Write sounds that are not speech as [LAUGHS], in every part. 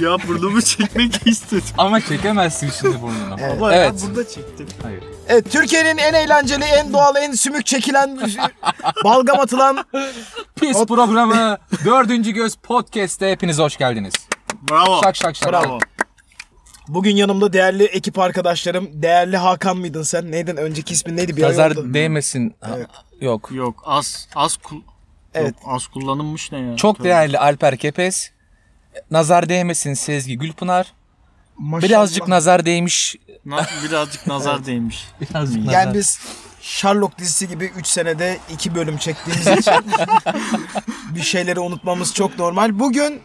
ya burnumu çekmek istedim. Ama çekemezsin şimdi burnunu. Evet. Ama Evet. ben burada çektim. Hayır. Evet, Türkiye'nin en eğlenceli, en doğal, en sümük çekilen, [LAUGHS] balgam atılan Pis Hop. programı 4. Göz Podcast'te hepiniz hoş geldiniz. Bravo. Şak şak şak. bravo. Bugün yanımda değerli ekip arkadaşlarım, değerli Hakan mıydın sen? Neydin? Önceki ismin neydi? Bir ara yoktu. Nazar değmesin. Ha, Evet. Yok. Yok az az kul Evet. Yok, az kullanılmış ne ya? Çok Tövbe. değerli Alper Kepes. Nazar değmesin Sezgi Gülpınar. Maşallah. Birazcık nazar değmiş. Na- birazcık [LAUGHS] nazar değmiş. Birazcık Yani biz Sherlock dizisi gibi 3 senede 2 bölüm çektiğimiz için [LAUGHS] bir şeyleri unutmamız çok normal. Bugün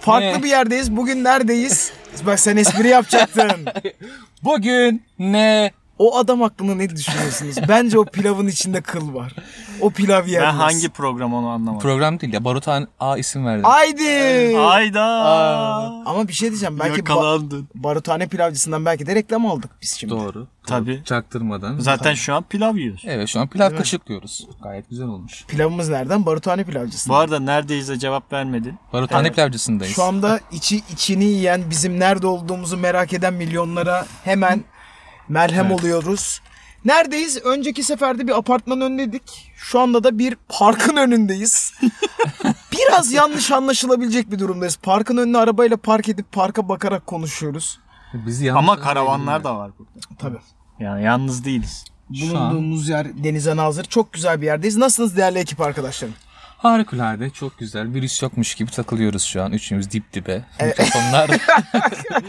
farklı Ne? bir yerdeyiz. Bugün neredeyiz? Bak sen espri yapacaktın. Bugün ne? O adam hakkında ne düşünüyorsunuz? Bence o pilavın içinde kıl var. O pilav yenmez. Ben hangi program onu anlamadım. Program değil ya. Barutan A isim verdim. Haydi! Ayda. Ama bir şey diyeceğim. Ee, Belki ba- Yakalandın. barutane pilavcısından belki de reklam aldık biz şimdi. Doğru. Tabii. Çaktırmadan. Zaten şu an pilav yiyoruz. Evet şu an pilav kaşıklıyoruz. Gayet güzel olmuş. Pilavımız nereden? Barutane pilavcısından. Bu arada neredeyiz'e cevap vermedin. Barutane pilavcısındayız. Şu anda içi içini yiyen, bizim nerede olduğumuzu merak eden milyonlara hemen merhem oluyoruz. Neredeyiz? Önceki seferde bir apartmanın önündeydik. Şu anda da bir [LAUGHS] parkın önündeyiz. Biraz yanlış anlaşılabilecek bir durumdayız. Parkın önüne arabayla park edip parka bakarak konuşuyoruz. Bizi yalnız Ama bırakmayın karavanlar ya. da var burada. Tabii. Yani yalnız değiliz. Şu an- Bulunduğumuz yer denize nazır. Çok güzel bir yerdeyiz. Nasılsınız değerli ekip arkadaşlarım? Harikulade çok güzel. Virüs yokmuş gibi takılıyoruz şu an. Üçümüz dip dibe. Mikrofonlar.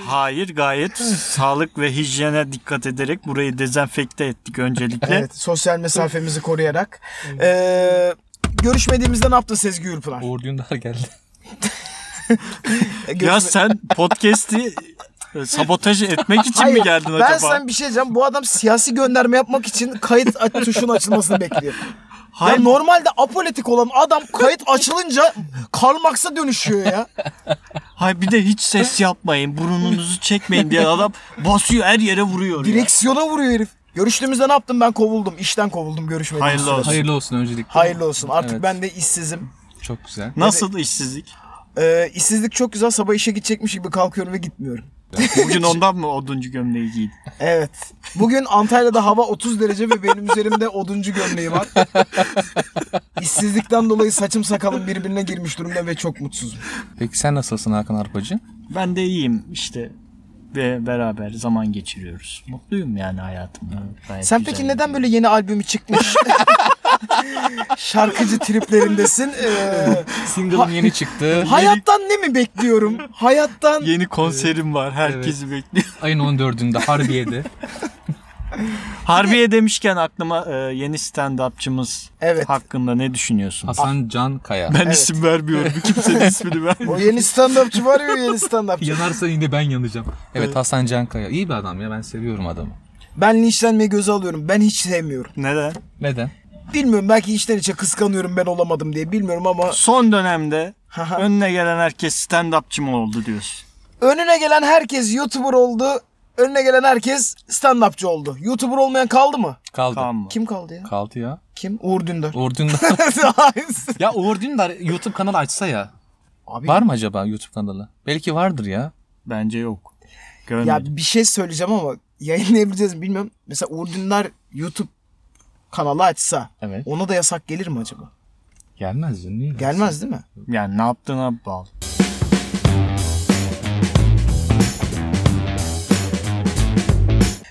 Hayır [LAUGHS] gayet sağlık ve hijyene dikkat ederek burayı dezenfekte ettik öncelikle. Evet, sosyal mesafemizi koruyarak. Ee, görüşmediğimizde ne yaptın Sezgi Gülpınar? Uğur Dündar geldi. Görüşme- Ya sen podcast'i e, sabotaj etmek için mi Hayır, geldin ben acaba? sana bir şey diyeceğim. Bu adam siyasi gönderme yapmak için kayıt [LAUGHS] aç- tuşunun açılmasını bekliyor. Hayır. Ya normalde apolitik olan adam kayıt açılınca Karl Marx'a dönüşüyor ya. Hayır bir de hiç [LAUGHS] ses yapmayın, burnunuzu çekmeyin diye adam basıyor her yere vuruyor. ya. Direksiyona vuruyor herif. Görüştüğümüzde ne yaptım ben kovuldum. İşten kovuldum görüşmediğim Hayırlı süre. olsun. Hayırlı olsun öncelikle. Hayırlı olsun. Artık Evet. ben de işsizim. Çok güzel. Nasıl işsizlik? Ee, işsizlik çok güzel. Sabah işe gidecekmiş gibi kalkıyorum ve gitmiyorum. Bugün ondan mı oduncu gömleği giydin? Evet. Bugün Antalya'da hava 30 derece ve benim üzerimde oduncu gömleği var. İşsizlikten dolayı saçım sakalım birbirine girmiş durumda ve çok mutsuzum. Peki sen nasılsın Hakan Arpacı? Ben de iyiyim işte ve beraber zaman geçiriyoruz. Mutluyum yani hayatımda. Gayet Sen güzel peki gidiyor. neden böyle yeni albümü çıkmış? Şarkıcı triplerindesin. Ee, Single'ın yeni [LAUGHS] çıktı. hayattan ne mi bekliyorum? Hayattan Yeni konserim var. Herkesi bekliyor. Ayın 14'ünde Harbiye'de. [LAUGHS] Harbiye demişken aklıma e, yeni stand-upçımız Evet. hakkında ne düşünüyorsun? Hasan Can Kaya. Ben isim vermiyorum. [LAUGHS] Kimsenin ismini vermiyorum. o yeni stand-upçı var ya yeni stand-upçı. Yanarsa yine ben yanacağım. Evet Hasan Can Kaya. İyi bir adam ya ben seviyorum adamı. Ben linçlenmeyi göze alıyorum. Ben hiç sevmiyorum. Neden? Neden? Bilmiyorum belki içten içe kıskanıyorum ben olamadım diye. Bilmiyorum ama Son dönemde Haha. önüne gelen herkes stand-upçı mı oldu diyorsun? önüne gelen herkes YouTuber oldu. Önüne gelen herkes stand-upçı oldu. YouTuber olmayan kaldı mı? Kaldı. Tamam mı? Kim kaldı ya? Kaldı ya. Kim? Uğur Dündar. Uğur [LAUGHS] Dündar. Aynısı. ya Uğur Dündar YouTube kanalı açsa ya. Abi Var mı acaba YouTube kanalı? Belki vardır ya. Bence yok. Ya Görmedim. bir şey söyleyeceğim ama yayınlayabileceğiz mi bilmiyorum. Mesela Uğur Dündar YouTube kanalı açsa Evet. ona da yasak gelir mi acaba? Gelmez ya. Niye? Gelmez değil mi? Yani ne yaptığına bağlı.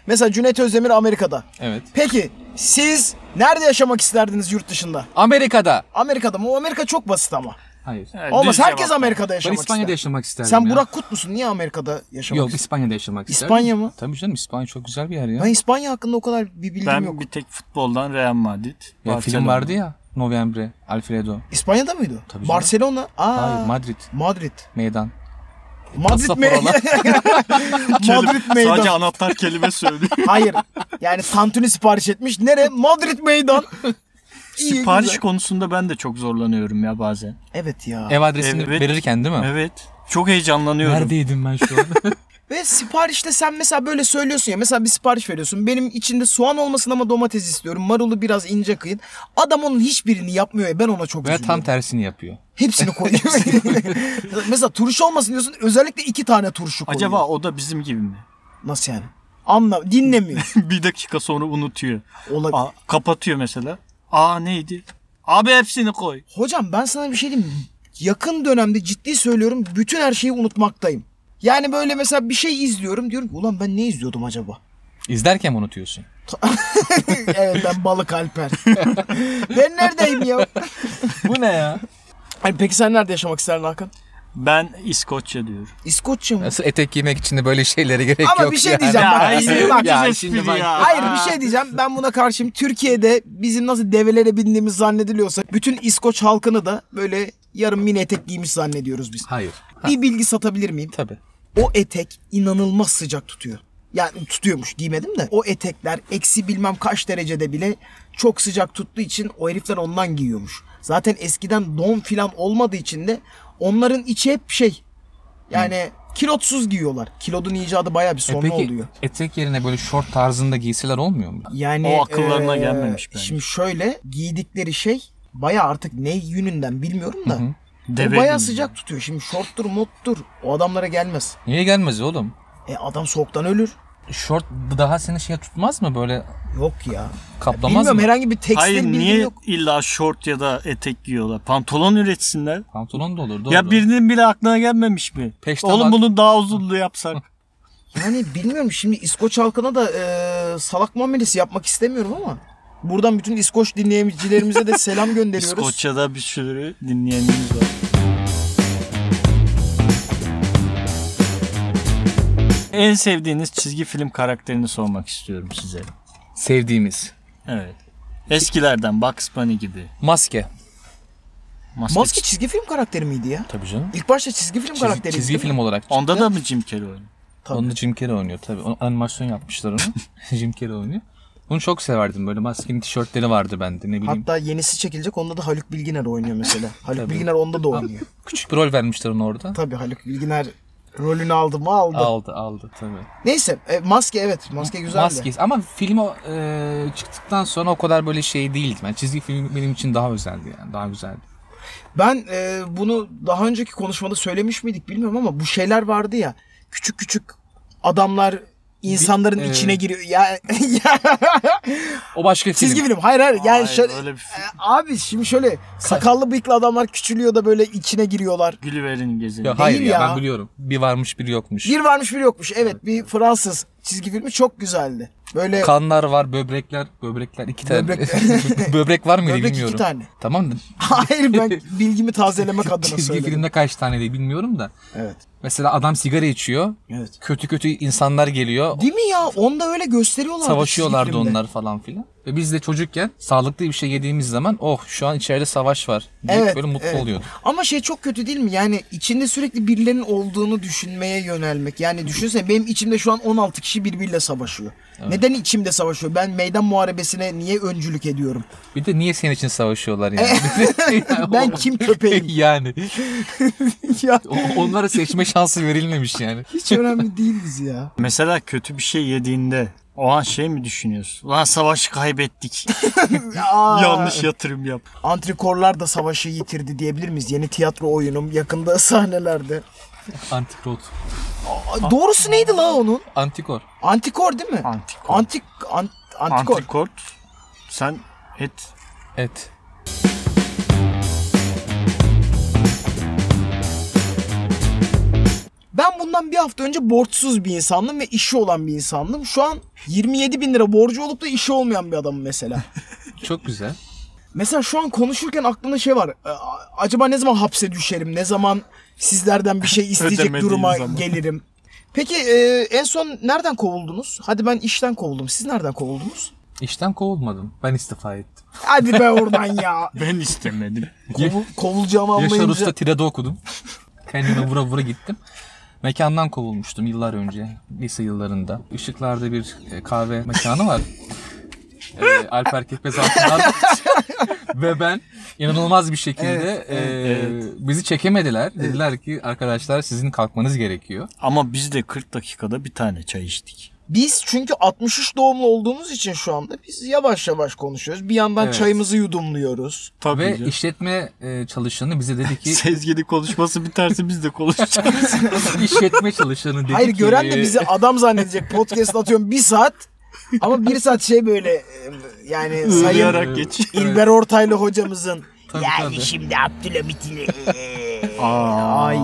Mesela Cüneyt Özdemir Amerika'da. Evet. Peki siz nerede yaşamak isterdiniz yurt dışında? Amerika'da. Amerika'da mı? O Amerika çok basit ama. Hayır. Evet, Olmaz düz herkes cevap. Amerika'da Ben yaşamak İspanya'da ister. yaşamak isterdim Sen ya. Burak Kut musun? Niye Amerika'da yaşamak Yok istersin? İspanya'da yaşamak isterdim. İspanya mı? Tabii canım İspanya çok güzel bir yer ya. Ben İspanya hakkında o kadar bir bilgim Ben yok. bir tek futboldan Real Madrid. Ya film Barcelona. vardı ya Novembre, Alfredo. İspanya'da mıydı? Tabii canım. Barcelona. Aa. Hayır Madrid Madrid. meydan. Madrid Kasap me oralar. Kelime- Madrid meydan. Sadece anahtar [LAUGHS] kelime söylüyor. Hayır. Yani tantuni sipariş etmiş. Nere? Madrid meydan. İyi, Sipariş güzel. konusunda ben de çok zorlanıyorum ya bazen. Evet ya. Ev adresini Evet. verirken değil mi? Evet. Çok heyecanlanıyorum. [LAUGHS] Neredeydim ben şu an? Ve siparişte sen mesela böyle söylüyorsun ya. Mesela bir sipariş veriyorsun. Benim içinde soğan olmasın ama domates istiyorum. Marulu biraz ince kıyın. Adam onun hiçbirini yapmıyor ya. Ben ona çok Veya üzülüyorum. tam tersini yapıyor. Hepsini koyuyor. [LAUGHS] mesela turşu olmasın diyorsun. Özellikle iki tane turşu koyuyor. Acaba o da bizim gibi mi? [LAUGHS] Nasıl yani? Anla, dinlemiyor. bir dakika sonra unutuyor. Olabilir. Aa, kapatıyor mesela. Aa neydi? Abi hepsini koy. Hocam ben sana bir şey diyeyim. mi? Yakın dönemde ciddi söylüyorum bütün her şeyi unutmaktayım. Yani böyle mesela bir şey izliyorum diyorum ki ulan ben ne izliyordum acaba? [LAUGHS] İzlerken mi unutuyorsun? evet ben balık Alper. [LAUGHS] ben neredeyim ya? Bu ne ya? Ay, peki sen nerede yaşamak isterdin Hakan? Ben İskoçya diyorum. İskoçya mı? Nasıl etek giymek için de böyle şeylere gerek yok Ama bir şey yani. diyeceğim Ya, bak. hayır, şimdi bak. güzel şimdi espri bak. ya. Hayır bir şey diyeceğim. Ben buna karşıyım. Türkiye'de bizim nasıl develere bindiğimiz zannediliyorsa bütün İskoç halkını da böyle yarım mini etek giymiş zannediyoruz biz. Hayır. Bir bilgi satabilir miyim? Tabii. o etek inanılmaz sıcak tutuyor. Yani tutuyormuş giymedim de. O etekler eksi bilmem kaç derecede bile çok sıcak tuttuğu için o herifler ondan giyiyormuş. Zaten eskiden don filan olmadığı için de onların içi hep şey yani kilotsuz giyiyorlar. Kilodun icadı baya bir E sonra peki oluyor. etek yerine böyle şort tarzında giysiler olmuyor mu? Yani O akıllarına eee, gelmemiş bence. Şimdi şöyle giydikleri şey baya artık ne yününden bilmiyorum da. Deve o baya gibi. sıcak tutuyor. Şimdi şorttur mottur o adamlara gelmez. Niye gelmez oğlum? E adam soğuktan ölür. Şort daha seni şey tutmaz mı böyle Yok ya. kaplamaz Bilmiyorum mı? herhangi bir tekstil Hayır bilgim niye yok. illa şort ya da etek giyiyorlar? Pantolon üretsinler. Pantolon da olur doğru. Ya birinin bile aklına gelmemiş mi? Peştemal. Oğlum bunu daha uzunlu [LAUGHS] yapsak. Yani bilmiyorum şimdi İskoç halkına da e, salak muamelesi yapmak istemiyorum ama buradan bütün İskoç dinleyicilerimize [LAUGHS] de selam gönderiyoruz. İskoçya'da bir sürü dinleyenimiz var. En sevdiğiniz çizgi film karakterini sormak istiyorum size. Sevdiğimiz. Evet. Eskilerden Bugs Bunny gibi. Maske. Maske Maske çiz- çizgi film karakteri miydi ya? Tabii canım. İlk başta çizgi film Çizgi, karakteri. çizgi film olarak. çıktı. Onda da mı Jim Carrey oynuyor? Tabii. Onu da Jim Carrey oynuyor tabii. Onu animasyon yapmışlar onu. [LAUGHS] Jim Carrey oynuyor. Onu çok severdim böyle maskenin tişörtleri vardı bende ne bileyim. Hatta yenisi çekilecek onda da Haluk Bilginer [LAUGHS] oynuyor mesela. Haluk Bilginer onda da oynuyor. Küçük bir rol vermişler ona orada. Tabii Haluk Bilginer rolünü aldı mı aldı. Aldı aldı tabii. Neyse e, maske evet maske güzeldi. Maske. Ama film o, e, çıktıktan sonra o kadar böyle şey değildi. Yani çizgi film benim için daha özeldi yani. Daha güzeldi. Ben e, bunu daha önceki konuşmada söylemiş miydik bilmiyorum ama bu şeyler vardı ya. Küçük küçük adamlar insanların Bir- içine e. giriyor. Ya, [LAUGHS] ya O başka film. çizgi film. Hayır hayır. Yani Hayır, şöyle öyle bir E, film. abi şimdi şöyle sakallı bıyıklı adamlar küçülüyor da böyle içine giriyorlar. Gülüver'in gezini. Ya hayır Değil ya, ya. ben biliyorum. Bir varmış bir yokmuş. Bir varmış bir yokmuş. Evet bir Fransız çizgi filmi çok güzeldi. Böyle Kanlar var, böbrekler, böbrekler iki tane. [LAUGHS] Böbrek- Böbrek var mıydı Böbrek iki bilmiyorum. tane. [LAUGHS] Tamam da hayır ben bilgimi tazelemek adına çizgi söyledim. filmde kaç tane diye bilmiyorum da. Evet. Mesela adam sigara içiyor. Evet. Kötü kötü insanlar geliyor. Değil mi ya? Onda öyle gösteriyorlardı. çizgi Savaşıyorlardı filmde. onlar falan filan. Ve biz de çocukken sağlıklı bir şey yediğimiz zaman oh şu an içeride savaş var deyip böyle mutlu evet. oluyorduk. Ama şey çok kötü değil mi? Yani içinde sürekli birilerinin olduğunu düşünmeye yönelmek. Yani düşünsene benim içimde şu an 16 kişi birbiriyle savaşıyor. Neden içimde savaşıyor? Ben meydan muharebesine niye [LAUGHS] öncülük ediyorum? Bir de niye senin için savaşıyorlar yani? [LAUGHS] Ben kim [LAUGHS] köpeğim? [LAUGHS] yani ya o- onlara seçme şansı verilmemiş yani. hiç önemli [LAUGHS] değiliz ya. Mesela kötü bir şey yediğinde o an şey mi düşünüyorsun? Lan savaşı kaybettik. [LAUGHS] Aa, Yanlış yatırım yap. Antrikorlar da savaşı yitirdi diyebilir miyiz? Yeni tiyatro oyunum yakında [LAUGHS] sahnelerde. Antikrot. Ah. Aa, Doğrusu neydi la onun? Antikor. Antikor değil mi? Antikor. Antik ant, antikor. Antikort. Sen et. Evet. Ben bundan bir hafta önce borçsuz bir insandım ve işi olan bir insandım. Şu an 27 bin lira borcu olup da işi olmayan bir [LAUGHS] adamım mesela. Çok güzel. mesela şu an konuşurken aklımda şey var. e, a- Acaba ne zaman hapse düşerim? Ne zaman sizlerden [LAUGHS] bir şey isteyecek Ödemediğim duruma zaman. gelirim? Peki e, en son nereden kovuldunuz? Hadi ben işten kovuldum. Siz nereden kovuldunuz? İşten kovulmadım. Ben istifa ettim. Hadi be oradan ya. [LAUGHS] Ben istemedim. Kovul, kovulacağımı Yaşar Usta anlayınca. tirade okudum. Kendime vura vura gittim. Mekandan kovulmuştum yıllar önce. Lise yıllarında. Işıklarda bir e, kahve mekanı var. e, Alper Kekmez [LAUGHS] Altınar ve ben inanılmaz bir şekilde e, bizi çekemediler. Dediler ki arkadaşlar sizin kalkmanız gerekiyor. Ama biz de 40 dakikada bir tane çay içtik. Biz çünkü 63 doğumlu olduğumuz için şu anda biz yavaş yavaş konuşuyoruz. Bir yandan Evet. çayımızı yudumluyoruz. Tabii Ve canım. [LAUGHS] işletme e, çalışanı bize dedi ki Sezgili konuşması biterse biz de [LAUGHS] konuşacağız. [LAUGHS] işletme çalışanı dedi Hayır ki "Ee." gören de bizi adam zannedecek. Podcast atıyorum bir saat ama bir saat şey böyle e, yani sayın Uyuyarak geç. İlber Ortaylı hocamızın Tabii, yani tabii. şimdi Abdülhamit'in e, Aa, ay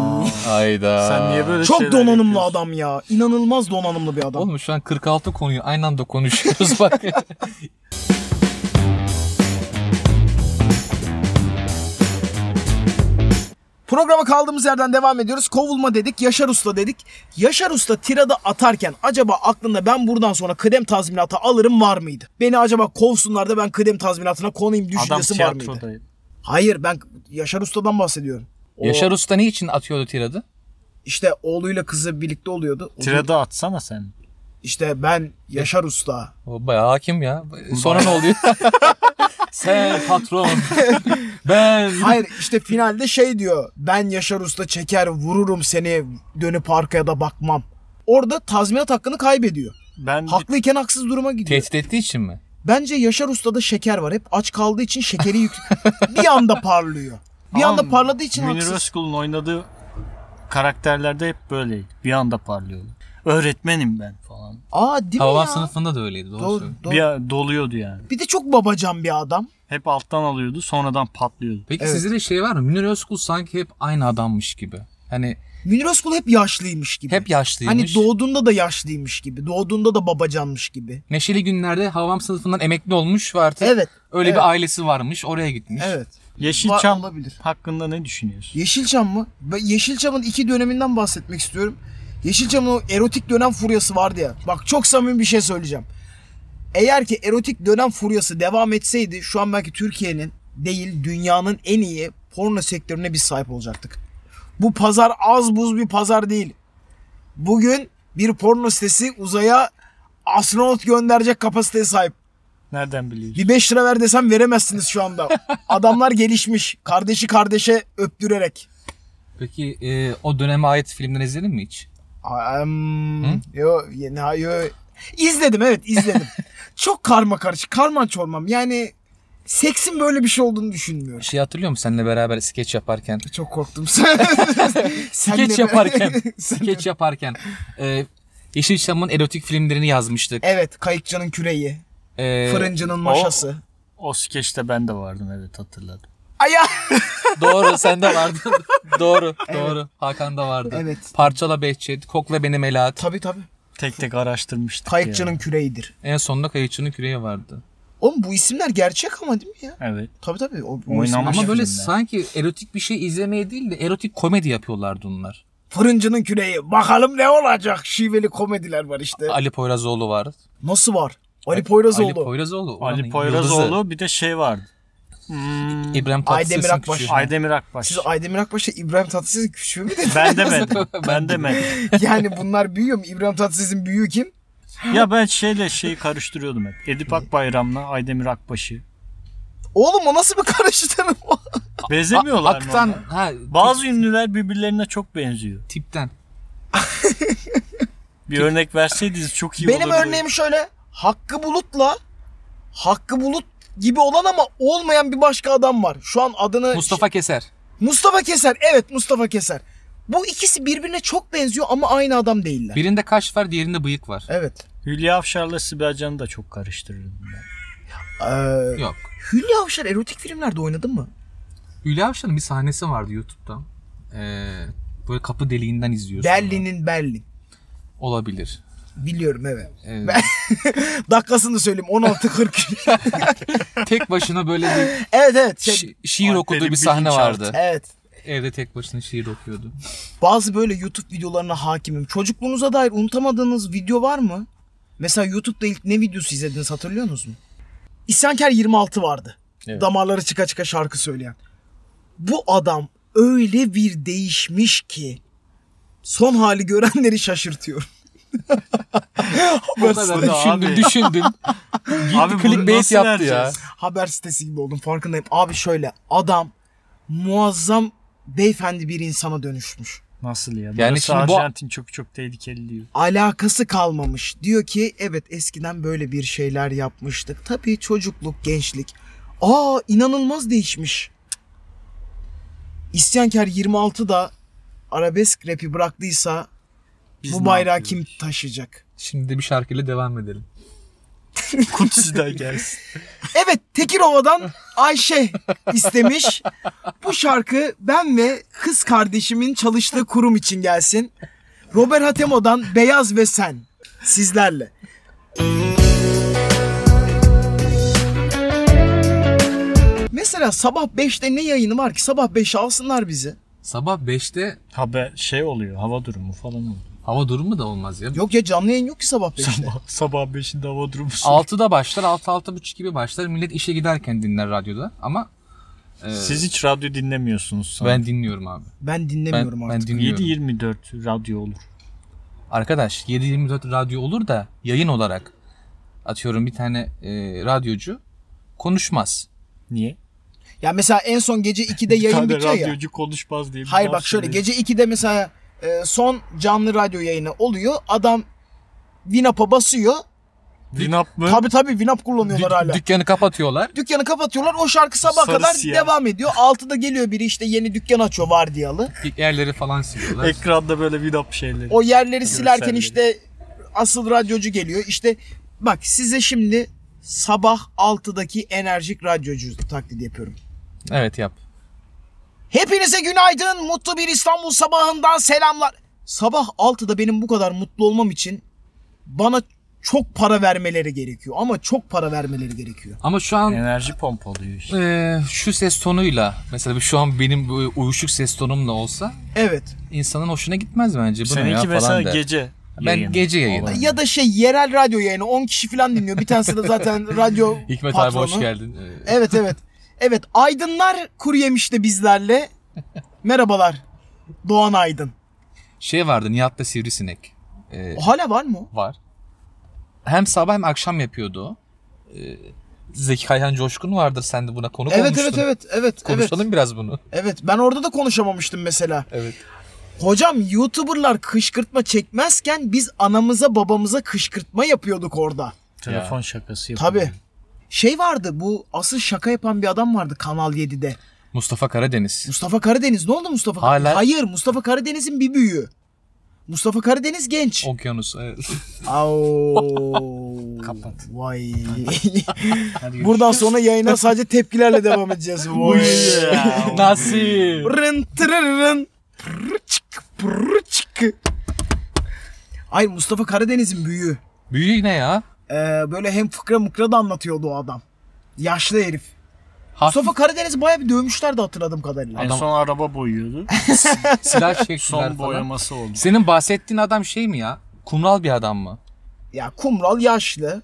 Hayda. sen niye böyle çok şeyler donanımlı yapıyorsun? adam ya. İnanılmaz donanımlı bir adam. Oğlum şu an 46 konuyu aynı anda konuşuyoruz bak. Programa kaldığımız yerden devam ediyoruz. Kovulma dedik, Yaşar Usta dedik. Yaşar Usta tirada atarken acaba aklında ben buradan sonra kıdem tazminatı alırım var mıydı? Beni acaba kovsunlar da ben kıdem tazminatına konayım Adam düşüncesi var mıydı? tiyatrodaydı. Hayır ben Yaşar Usta'dan bahsediyorum. O, Yaşar Usta ne için atıyordu tiradı? İşte oğluyla kızı birlikte oluyordu. O- Tirada atsana sen. İşte ben Yaşar Usta. O bayağı hakim ya. Sonra ne oluyor? [LAUGHS] Sen patron. [LAUGHS] ben. Hayır işte finalde şey diyor. Ben Yaşar Usta çeker vururum seni dönüp arkaya da bakmam. Orada tazminat hakkını kaybediyor. Ben Haklıyken haksız duruma gidiyor. Tehdit ettiği için mi? Bence Yaşar Usta'da şeker var. Hep aç kaldığı için şekeri yük... bir anda parlıyor. Bir Ama anda parladığı için Münir haksız. Özkul'un oynadığı karakterlerde hep böyle bir anda parlıyordu. Öğretmenim ben falan. Aa değil mi Havam ya? sınıfında da öyleydi. Doğru, Doğru, söylüyorsun. doğru. Bir a- doluyordu yani. Bir de çok babacan bir adam. Hep alttan alıyordu sonradan patlıyordu. Peki Evet. sizde de şey var mı? Münir Özkul sanki hep aynı adammış gibi. Hani Münir Özkul hep yaşlıymış gibi. hep yaşlıymış. Hani doğduğunda da yaşlıymış gibi. Doğduğunda da babacanmış gibi. Neşeli günlerde havam sınıfından emekli olmuş ve artık Evet. öyle evet. bir ailesi varmış. Oraya gitmiş. Evet. Yeşilçam Va- olabilir. hakkında ne düşünüyorsun? Yeşilçam mı? Ben Yeşilçam'ın iki döneminden bahsetmek istiyorum. Yeşilçam'ın o erotik dönem furyası vardı ya. Bak çok samimi bir şey söyleyeceğim. Eğer ki erotik dönem furyası devam etseydi şu an belki Türkiye'nin değil dünyanın en iyi porno sektörüne biz sahip olacaktık. Bu pazar az buz bir pazar değil. Bugün bir porno sitesi uzaya astronot gönderecek kapasiteye sahip. Nereden biliyorsun? Bir 5 lira ver desem veremezsiniz şu anda. Adamlar gelişmiş. Kardeşi kardeşe öptürerek. Peki e, o döneme ait filmler izledin mi hiç? Um, yo, yeni ha, yo. İzledim evet izledim. [LAUGHS] Çok karma karışık. Karman çormam. Yani seksin böyle bir şey olduğunu düşünmüyorum. [LAUGHS] Şey hatırlıyor musun seninle beraber skeç yaparken? Çok korktum. [LAUGHS] Skeç Senle- yaparken. skeç yaparken. E, Yeşilçam'ın erotik filmlerini yazmıştık. [LAUGHS] evet kayıkçının küreği. Ee, E, Fırıncının maşası. O skeçte ben de vardım evet hatırladım. Ay ya. [LAUGHS] Doğru sende [LAUGHS] vardı. doğru doğru. Hakan da vardı. Evet. Parçala Behçet, Kokla Beni Melahat. Tabii tabii. Tek tek araştırmıştık Kayıkçının ya. küreğidir. En sonunda Kayıkçı'nın küreği vardı. Oğlum bu isimler gerçek ama değil mi ya? Evet. Tabii tabii. O, bu Oynama- isimler- Ama Başka böyle filmler. sanki erotik bir şey izlemeye değil de erotik komedi yapıyorlardı onlar. Fırıncının küreği. Bakalım ne olacak? Şiveli komediler var işte. Ali Poyrazoğlu var. Nasıl var? Ali Poyrazoğlu. Ali Poyrazoğlu. oranın Ali yıldızı. Poyrazoğlu bir de şey vardı. Hmm, İbrahim Aydemir Tatlıses'in Akbaş. küçüğü. Aydemir Akbaş. Siz Aydemir Akbaş'la İbrahim Tatlıses'in küçüğü mü dediniz? Ben demedim. [LAUGHS] ben demedim. yani bunlar büyüyor mu? İbrahim Tatlıses'in büyüğü kim? Ya ben şeyle şeyi karıştırıyordum hep. Edip Akbayram'la Aydemir Akbaş'ı. Oğlum o nasıl bir karıştırma? Benzemiyorlar mı? Aktan. onlar? Ha, Bazı ünlüler birbirlerine çok benziyor. tip- tipten. Bir örnek verseydiniz çok iyi Benim olurdu. örneğim şöyle. Hakkı Bulut'la Hakkı Bulut gibi olan ama olmayan bir başka adam var. Şu an adını... Mustafa Keser. Mustafa Keser. Evet Mustafa Keser. Bu ikisi birbirine çok benziyor ama aynı adam değiller. Birinde kaş var diğerinde bıyık var. Evet. Hülya Avşar'la Sibel Can'ı da çok karıştırırdım ben. Ee, Yok. Hülya Avşar erotik filmlerde oynadın mı? Hülya Avşar'ın bir sahnesi vardı YouTube'da. Ee, böyle kapı deliğinden izliyorsun. Berlin'in Berlin. Olabilir. Biliyorum evet. Ee, [LAUGHS] Dakikasını söyleyeyim 16.40. tek başına böyle [LAUGHS] bir evet evet. Şey- şi- şiir Alper'in okuduğu bir bilinç sahne altı. vardı. evet. Evde tek başına şiir okuyordu. Bazı böyle YouTube videolarına hakimim. Çocukluğunuza dair unutamadığınız video var mı? Mesela YouTube'da ilk ne videosu izlediniz hatırlıyor musunuz? İsyankar 26 vardı. Evet. Damarları çıka çıka şarkı söyleyen. Bu adam öyle bir değişmiş ki son hali görenleri şaşırtıyor. O kadar Aslında düşündüm abi. düşündüm. [LAUGHS] Gitti Abi bunu clickbait nasıl yaptı ya. vereceğiz? [LAUGHS] Haber sitesi gibi oldum farkındayım. Abi şöyle adam muazzam beyefendi bir insana dönüşmüş. Nasıl ya? Yani Yani şimdi bu- Arjantin çok çok tehlikeli [LAUGHS] diyor. Alakası kalmamış. Diyor ki evet eskiden böyle bir şeyler yapmıştık. Tabii çocukluk, gençlik. Aa inanılmaz değişmiş. İsyankar 26 da arabesk rapi bıraktıysa Biz bu ne bayrağı kim yapıyoruz? taşıyacak? Şimdi de bir şarkıyla devam edelim. Kutsi'den gelsin. Evet [LAUGHS] Tekirova'dan Ayşe istemiş. Bu şarkı ben ve kız kardeşimin çalıştığı kurum için gelsin. Robert Hatemo'dan Beyaz ve Sen sizlerle. Mesela sabah 5'te ne yayını var ki? Sabah 5'e alsınlar bizi. Sabah 5'te Haber şey oluyor hava durumu falan oluyor. hava durumu da olmaz ya. Yok ya canlı yayın yok ki sabah 5'te. Sabah, sabah 5'inde hava durumu. 6'da başlar, 6-6.30 gibi başlar. Millet işe giderken dinler radyoda ama e, Siz hiç radyo dinlemiyorsunuz sanırım. ben dinliyorum abi. Ben dinlemiyorum Ben, ben artık. dinliyorum. 7-24 radyo olur. Arkadaş 7-24 radyo olur da yayın olarak atıyorum bir tane e, radyocu konuşmaz. Niye? Ya mesela en son gece 2'de Bir yayın tane bitiyor ya. radyocu konuşmaz diye. bir Hayır laf bak şöyle söyleyeyim. gece 2'de mesela e, son canlı radyo yayını oluyor. Adam Winap'a basıyor. Winamp mı? Tabi tabi Winap kullanıyorlar Dük- hala. Dükkanı kapatıyorlar. Dükkanı kapatıyorlar. O şarkı sabah Sarı kadar siyah. devam ediyor. 6'da geliyor biri işte yeni dükkan açıyor vardiyalı. Yerleri falan siliyorlar. Ekranda böyle Winamp şeyleri. O yerleri silerken Görselleri. işte asıl radyocu geliyor. İşte bak size şimdi sabah 6'daki enerjik radyocu taklidi yapıyorum. evet yap. Hepinize günaydın. Mutlu bir İstanbul sabahından selamlar. Sabah 6'da benim bu kadar mutlu olmam için bana çok para vermeleri gerekiyor. Ama çok para vermeleri gerekiyor. Ama şu an Enerji pompalıyor işte. e, şu ses tonuyla mesela şu an benim bu uyuşuk ses tonumla olsa Evet. insanın hoşuna gitmez bence. Bu ne ya Seninki falan mesela der. gece. Ben gece yayını. Olay. Ya da şey yerel radyo yayını 10 kişi falan dinliyor. Bir tanesi de zaten radyo Hikmet patronu. abi hoş geldin. E, Evet evet. Evet Aydınlar Kuru Yemiş'te bizlerle. Merhabalar. Doğan Aydın. Şey vardı Nihat'la Sivrisinek. E, Hala var mı? o? var. Hem sabah hem akşam yapıyordu o. Ee, Zeki Kayhan Coşkun vardır sen de buna konuk Evet olmuştun. evet evet evet evet. Konuşalım biraz bunu. Evet ben orada da konuşamamıştım mesela. Evet. Hocam YouTuber'lar kışkırtma çekmezken biz anamıza babamıza kışkırtma yapıyorduk orada. Telefon şakası yapıyor. [LAUGHS] Tabi. Şey vardı bu asıl şaka yapan bir adam vardı Kanal 7'de. Mustafa Karadeniz. Mustafa Karadeniz ne oldu Mustafa Hala- Karadeniz? Hayır Mustafa Karadeniz'in bir büyüğü. Mustafa Karadeniz genç. Okyanus. evet. Au. [LAUGHS] Kapat. Vay. Hadi Buradan sonra yayına sadece tepkilerle devam edeceğiz. Vay. görüşürüz. Ya. Nasıl? Rın tırırın. Pırrıçık pırrıçık. Ay Mustafa Karadeniz'in büyüğü. Büyü ne ya? Ee, böyle hem fıkra mıkra da anlatıyordu o adam. Yaşlı herif. Hafif Mustafa Karadeniz'i bayağı bir dövmüşlerdi hatırladığım kadarıyla. En Adam- son araba boyuyordu. [LAUGHS] silah çektiler Son falan. boyaması oldu. Senin bahsettiğin adam şey mi ya? Kumral bir adam mı? Ya Kumral yaşlı.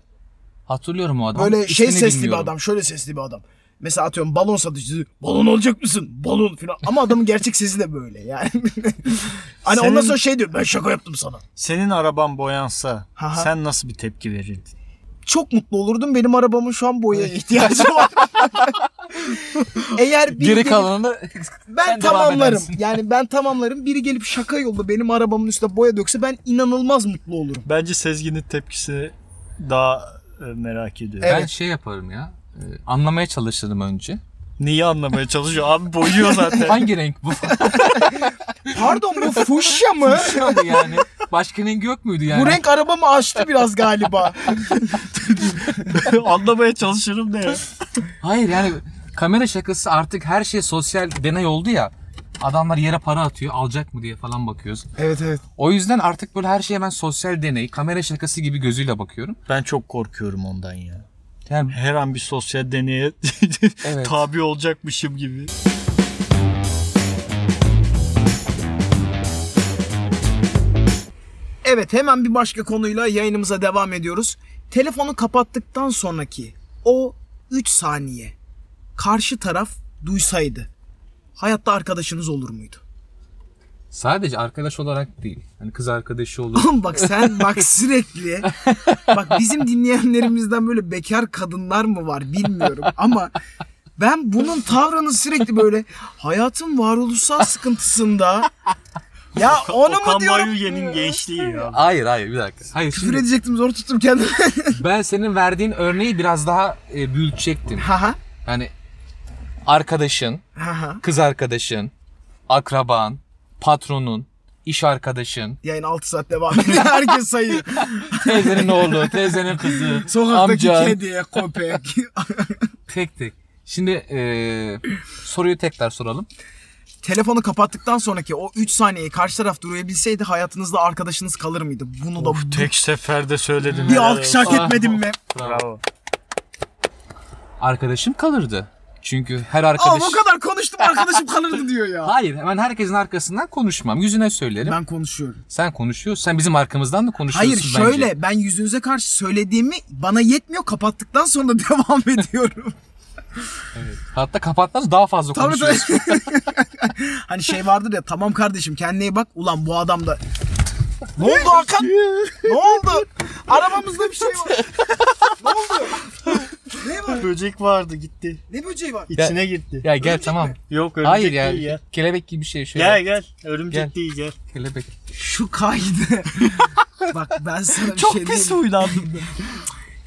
Hatırlıyorum o adamı. Böyle şey İsmini sesli bilmiyorum. bir adam. Şöyle sesli bir adam. Mesela atıyorum balon satıcısı. Balon alacak mısın? Balon falan. Ama adamın gerçek sesi de böyle yani. [LAUGHS] hani ondan Senin- sonra şey diyor. Ben şaka yaptım sana. Senin araban boyansa Aha. sen nasıl bir tepki verirdin? Çok mutlu olurdum. Benim arabamın şu an boyaya ihtiyacı [LAUGHS] var. Eğer bir Geri kalanını [LAUGHS] ben sen devam tamamlarım. edersin. Yani ben tamamlarım. Biri gelip şaka yolla benim arabamın üstüne boya dökse ben inanılmaz mutlu olurum. Bence Sezgin'in tepkisi daha e, merak ediyorum. Ben Evet. şey yaparım ya. e, Anlamaya çalışırım önce. Niye anlamaya çalışıyor? Abi boyuyor zaten. Hangi renk bu? [LAUGHS] Pardon bu [LAUGHS] fuşya mı? yani. Başka renk yok muydu yani? Bu renk arabamı açtı biraz galiba. [LAUGHS] anlamaya çalışırım ne ya? Hayır yani kamera şakası artık her şey sosyal deney oldu ya. Adamlar yere para atıyor alacak mı diye falan bakıyoruz. [LAUGHS] evet evet. O yüzden artık böyle her şeye ben sosyal deney, kamera şakası gibi gözüyle bakıyorum. Ben çok korkuyorum ondan ya. Yani Her an bir sosyal deneye [LAUGHS] Evet. tabi olacakmışım gibi. Evet hemen bir başka konuyla yayınımıza devam ediyoruz. Telefonu kapattıktan sonraki o 3 saniye karşı taraf duysaydı hayatta arkadaşınız olur muydu? Sadece arkadaş olarak değil. Hani kız arkadaşı olur. Oğlum bak sen bak sürekli bak bizim dinleyenlerimizden böyle bekar kadınlar mı var bilmiyorum ama ben bunun tavrını sürekli böyle hayatın varoluşsal sıkıntısında ya onu mu Okan diyorum Bayülgen'in gençliği ya. [LAUGHS] hayır hayır bir dakika. Hayır küfür şimdi edecektim zor tuttum kendimi. ben senin verdiğin örneği biraz daha e, büyütecektim. Haha, Yani arkadaşın, haha. kız arkadaşın, akraban, patronun, iş arkadaşın, Yayın 6 saat devam ediyor. Herkes sayıyor. teyzenin [LAUGHS] oğlu, teyzenin kızı, Sokaktaki amca. kediye köpek. Tek tek. Şimdi e, soruyu tekrar soralım. Telefonu kapattıktan sonraki o 3 saniyeyi karşı taraf durabilseydi hayatınızda arkadaşınız kalır mıydı? Bunu da Tek seferde söyledim. bir alkış hak Ah. etmedim mi? Bravo. Arkadaşım kalırdı. Çünkü her arkadaş... Aa o kadar [LAUGHS] konuştum arkadaşım kalırdı diyor ya. Hayır ben herkesin arkasından konuşmam. Yüzüne söylerim. Ben konuşuyorum. Sen konuşuyorsun. Sen bizim arkamızdan da konuşuyorsun Hayır bence. şöyle ben yüzünüze karşı söylediğimi bana yetmiyor kapattıktan sonra [LAUGHS] da devam ediyorum. Hatta kapatmaz daha fazla Tabii konuşuyorsun. tabii. [LAUGHS] hani şey vardır ya tamam kardeşim kendine iyi bak ulan bu adam da. ne oldu Hakan? ne oldu? Arabamızda bir şey var. [LAUGHS] ne oldu? ne var? Böcek vardı gitti. Ne böceği var? İçine gitti. Ya gel tamam. Yok örümcek Hayır ya. değil ya. Kelebek gibi bir şey şöyle. Gel gel. Örümcek Gel. değil gel. Kelebek. Şu kaydı. [LAUGHS] bak ben sana bir Çok şey pis diyeyim. [LAUGHS] huylandım.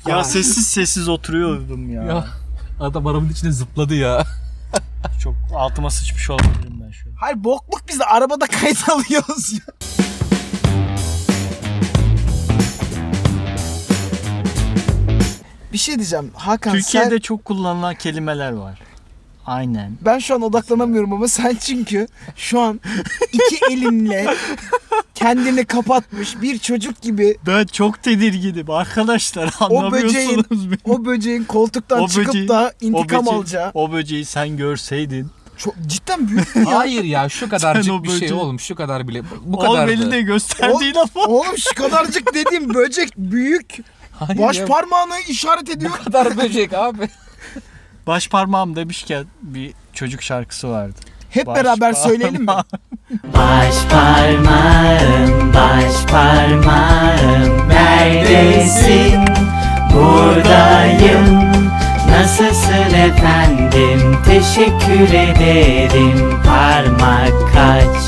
ya sessiz sessiz oturuyordum ya. Ya adam arabanın içine zıpladı ya. Çok altıma sıçmış olabilirim ben şu an. Hayır bokluk biz de arabada kayıt [LAUGHS] alıyoruz ya. Bir şey diyeceğim Hakan Türkiye'de sen çok kullanılan kelimeler var. Aynen. ben şu an odaklanamıyorum ama sen çünkü şu an iki elinle kendini kapatmış bir çocuk gibi Ben çok tedirginim arkadaşlar o böceğin anlamıyorsunuz beni. o böceğin koltuktan O çıkıp böceği- da O intikam böceği- alacağı O böceği sen görseydin. çok cidden [LAUGHS] büyük bir ya. Hayır ya şu kadarcık o bir şey böceği- oğlum şu kadar bile. Bu- Bu Ol kadar. beni de gösterdiğin ama. Oğlum şu kadarcık dediğim böcek büyük. Hayır Baş ya, parmağını işaret ediyor. bu kadar böcek abi. Baş parmağım demişken bir çocuk şarkısı vardı. Hep Baş beraber söyleyelim mi? Baş parmağım, baş parmağım neredesin? Buradayım. Nasılsın efendim? Teşekkür ederim. Parmak kaç?